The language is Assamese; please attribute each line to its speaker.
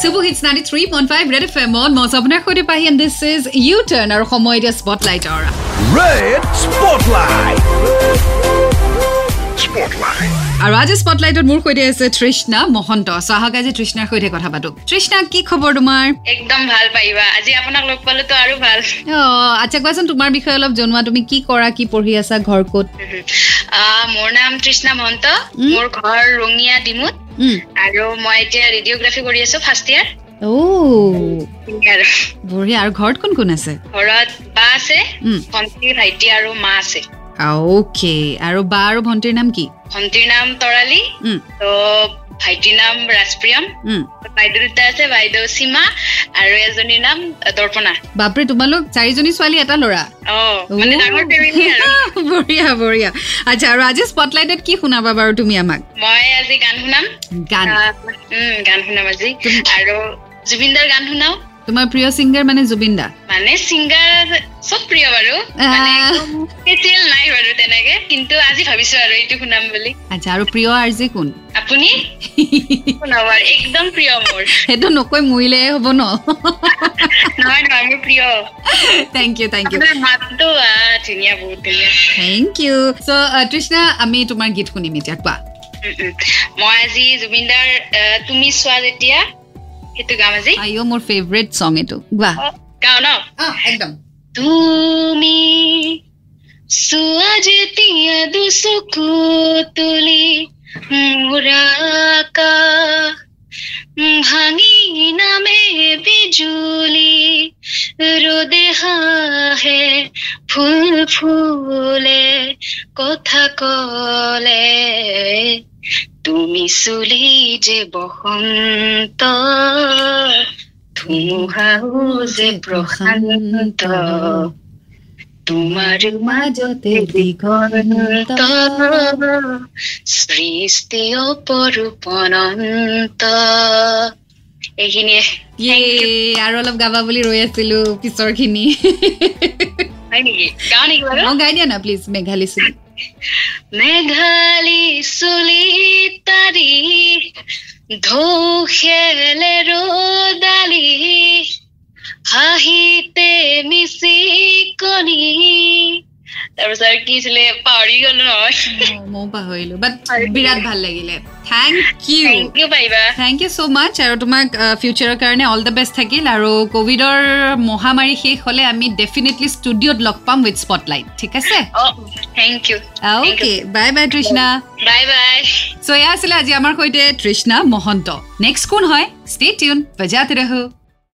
Speaker 1: চুপু hits ninety three point five red F এমত মই আছোঁ আপোনাৰ সৈতে Pahi and this is you turn আৰু সময় এতিয়া স্পটলাইটৰ
Speaker 2: Red Spotlight. Spotlight.
Speaker 1: আৰু আজি স্পটলাইটত মোৰ সৈতে আছে তৃষ্ণা মহন্ত চ' আহক আজি তৃষ্ণাৰ সৈতে কথা পাতো তৃষ্ণা কি খবৰ তোমাৰ
Speaker 3: একদম ভাল পাৰিবা আজি আপোনাক লগ পালোতো আৰু ভাল
Speaker 1: অঁ আচ্ছা কোৱাচোন তোমাৰ বিষয়ে অলপ জনোৱা তুমি কি কৰা কি পঢ়ি আছা ঘৰ ক'ত
Speaker 3: আহ, মোৰ নাম তৃষ্ণা মহন্ত
Speaker 1: উম।
Speaker 3: মোৰ ঘৰ ৰঙিয়া ডিমুত
Speaker 1: উম,
Speaker 3: আৰু মই এতিয়া ৰেডিঅ'গ্ৰাফি কৰি আছো ফাৰ্ষ্ট ইয়াৰ
Speaker 1: অ'
Speaker 3: আৰু
Speaker 1: বঢ়িয়া আৰু ঘৰত কোন কোন আছে
Speaker 3: ঘৰত বা আছে
Speaker 1: উম।
Speaker 3: ভণ্টি ভাইটি আৰু মা আছে
Speaker 1: অ'কে আৰু বা আৰু ভণ্টিৰ নাম কি
Speaker 3: ভণ্টিৰ নাম তৰালি
Speaker 1: উম,
Speaker 3: তো ভাইটিৰ নাম ৰাজপ্ৰিয়ম
Speaker 1: উম।
Speaker 3: বাইদেউ দুটা আছে বাইদেউ সীমা আৰু এজনীৰ নাম দৰ্পণা
Speaker 1: বাপৰে তোমালোক চাৰিজনী ছোৱালী এটা ল'ৰা
Speaker 3: অ মানে
Speaker 1: অ'।
Speaker 3: ডাঙৰ ফেমিলি আৰু
Speaker 1: বঢ়িয়া বঢ়িয়া আচ্ছা আৰু আজি স্পটলাইটত কি শুনাবা বাৰু তুমি আমাক
Speaker 3: মই আজি গান শুনাম
Speaker 1: গান
Speaker 3: আহ, উম, গান শুনাম আজি আৰু জুবিনদাৰ গান শুনাও
Speaker 1: তোমাৰ প্ৰিয় ছিংগাৰ মানে জুবিন দা
Speaker 3: মানে ছিংগাৰ চব প্ৰিয় বাৰু মানে স্পেচিয়েল নাই বাৰু তেনেকে কিন্তু আজি ভাবিছো আৰু এইটো শুনাম বুলি
Speaker 1: আচ্ছা আৰু প্ৰিয় আৰ্জি কোন
Speaker 3: আপুনি শুনাব আৰু একদম প্ৰিয় মোৰ
Speaker 1: সেইটো নকৈ মৰিলে হ'ব ন
Speaker 3: নহয় নহয় মোৰ প্ৰিয়
Speaker 1: থেংক ইউ থেংক ইউ
Speaker 3: আপোনাৰ মাতটো আহ, ধুনীয়া বহুত ধুনীয়া
Speaker 1: থেংক ইউ চ' তৃষ্ণা আমি তোমাৰ গীত শুনিম এতিয়া কোৱা
Speaker 3: উম, উম। মই আজি জুবিনদাৰ আহ, তুমি চোৱা যেতিয়া সেইটো গাম আজি
Speaker 1: আইঅ মোৰ ফেভৰেট চং এইটো গোৱা
Speaker 3: অ, গাওঁ ন
Speaker 1: অঁ একদম
Speaker 3: তুমি চোৱা যেতিয়া দুচকু তুলি মোৰ আকাশ ভাঙি নামে বিজুলি ৰ'দে হাহে ফুল ফুলে কথা ক'লে তুমি চুলি যে বসন্ত ধুমুহাও যে প্ৰশান্ত তোমাৰ মাজতে দিগন্ত সৃষ্টি অপৰূপনন্ত এইখিনিয়ে
Speaker 1: আৰু অলপ গাবা বুলি ৰৈ আছিলো পিছৰ খিনি
Speaker 3: হয় নেকি গাওঁ নেকি বাৰু
Speaker 1: অঁ গাই দিয়া না প্লিজ মেঘালী চুলি
Speaker 3: মেঘালী চুলি তাৰি ঢৌ খেলে ৰ'দালি হাঁহিতে মিচি কণী তাৰপিছত আৰু কি আছিলে পাহৰি গলো নহয়
Speaker 1: ময়ো পাহৰিলো বাট
Speaker 3: আৰু কি?
Speaker 1: বিৰাট ভাল লাগিলে থেংক ইউ
Speaker 3: থেংক ইউ পাৰিবা
Speaker 1: থেংক ইউ ছ' মাছ আৰু তোমাক ফিউচাৰৰ কাৰণে অল দ্য বেষ্ট থাকিল আৰু কভিডৰ মহামাৰী শেষ হ'লে আমি ডেফিনেটলি ষ্টুডিঅ'ত লগ পাম উইথ স্পটলাইট ঠিক আছে
Speaker 3: অ thank you
Speaker 1: okay bye bye Trishna
Speaker 3: bye bye
Speaker 1: চ' এয়া আছিলে আজি আমাৰ সৈতে তৃষ্ণা মহন্ত নেক্সট কোন হয় ষ্টে টিউন বজাতে ৰহো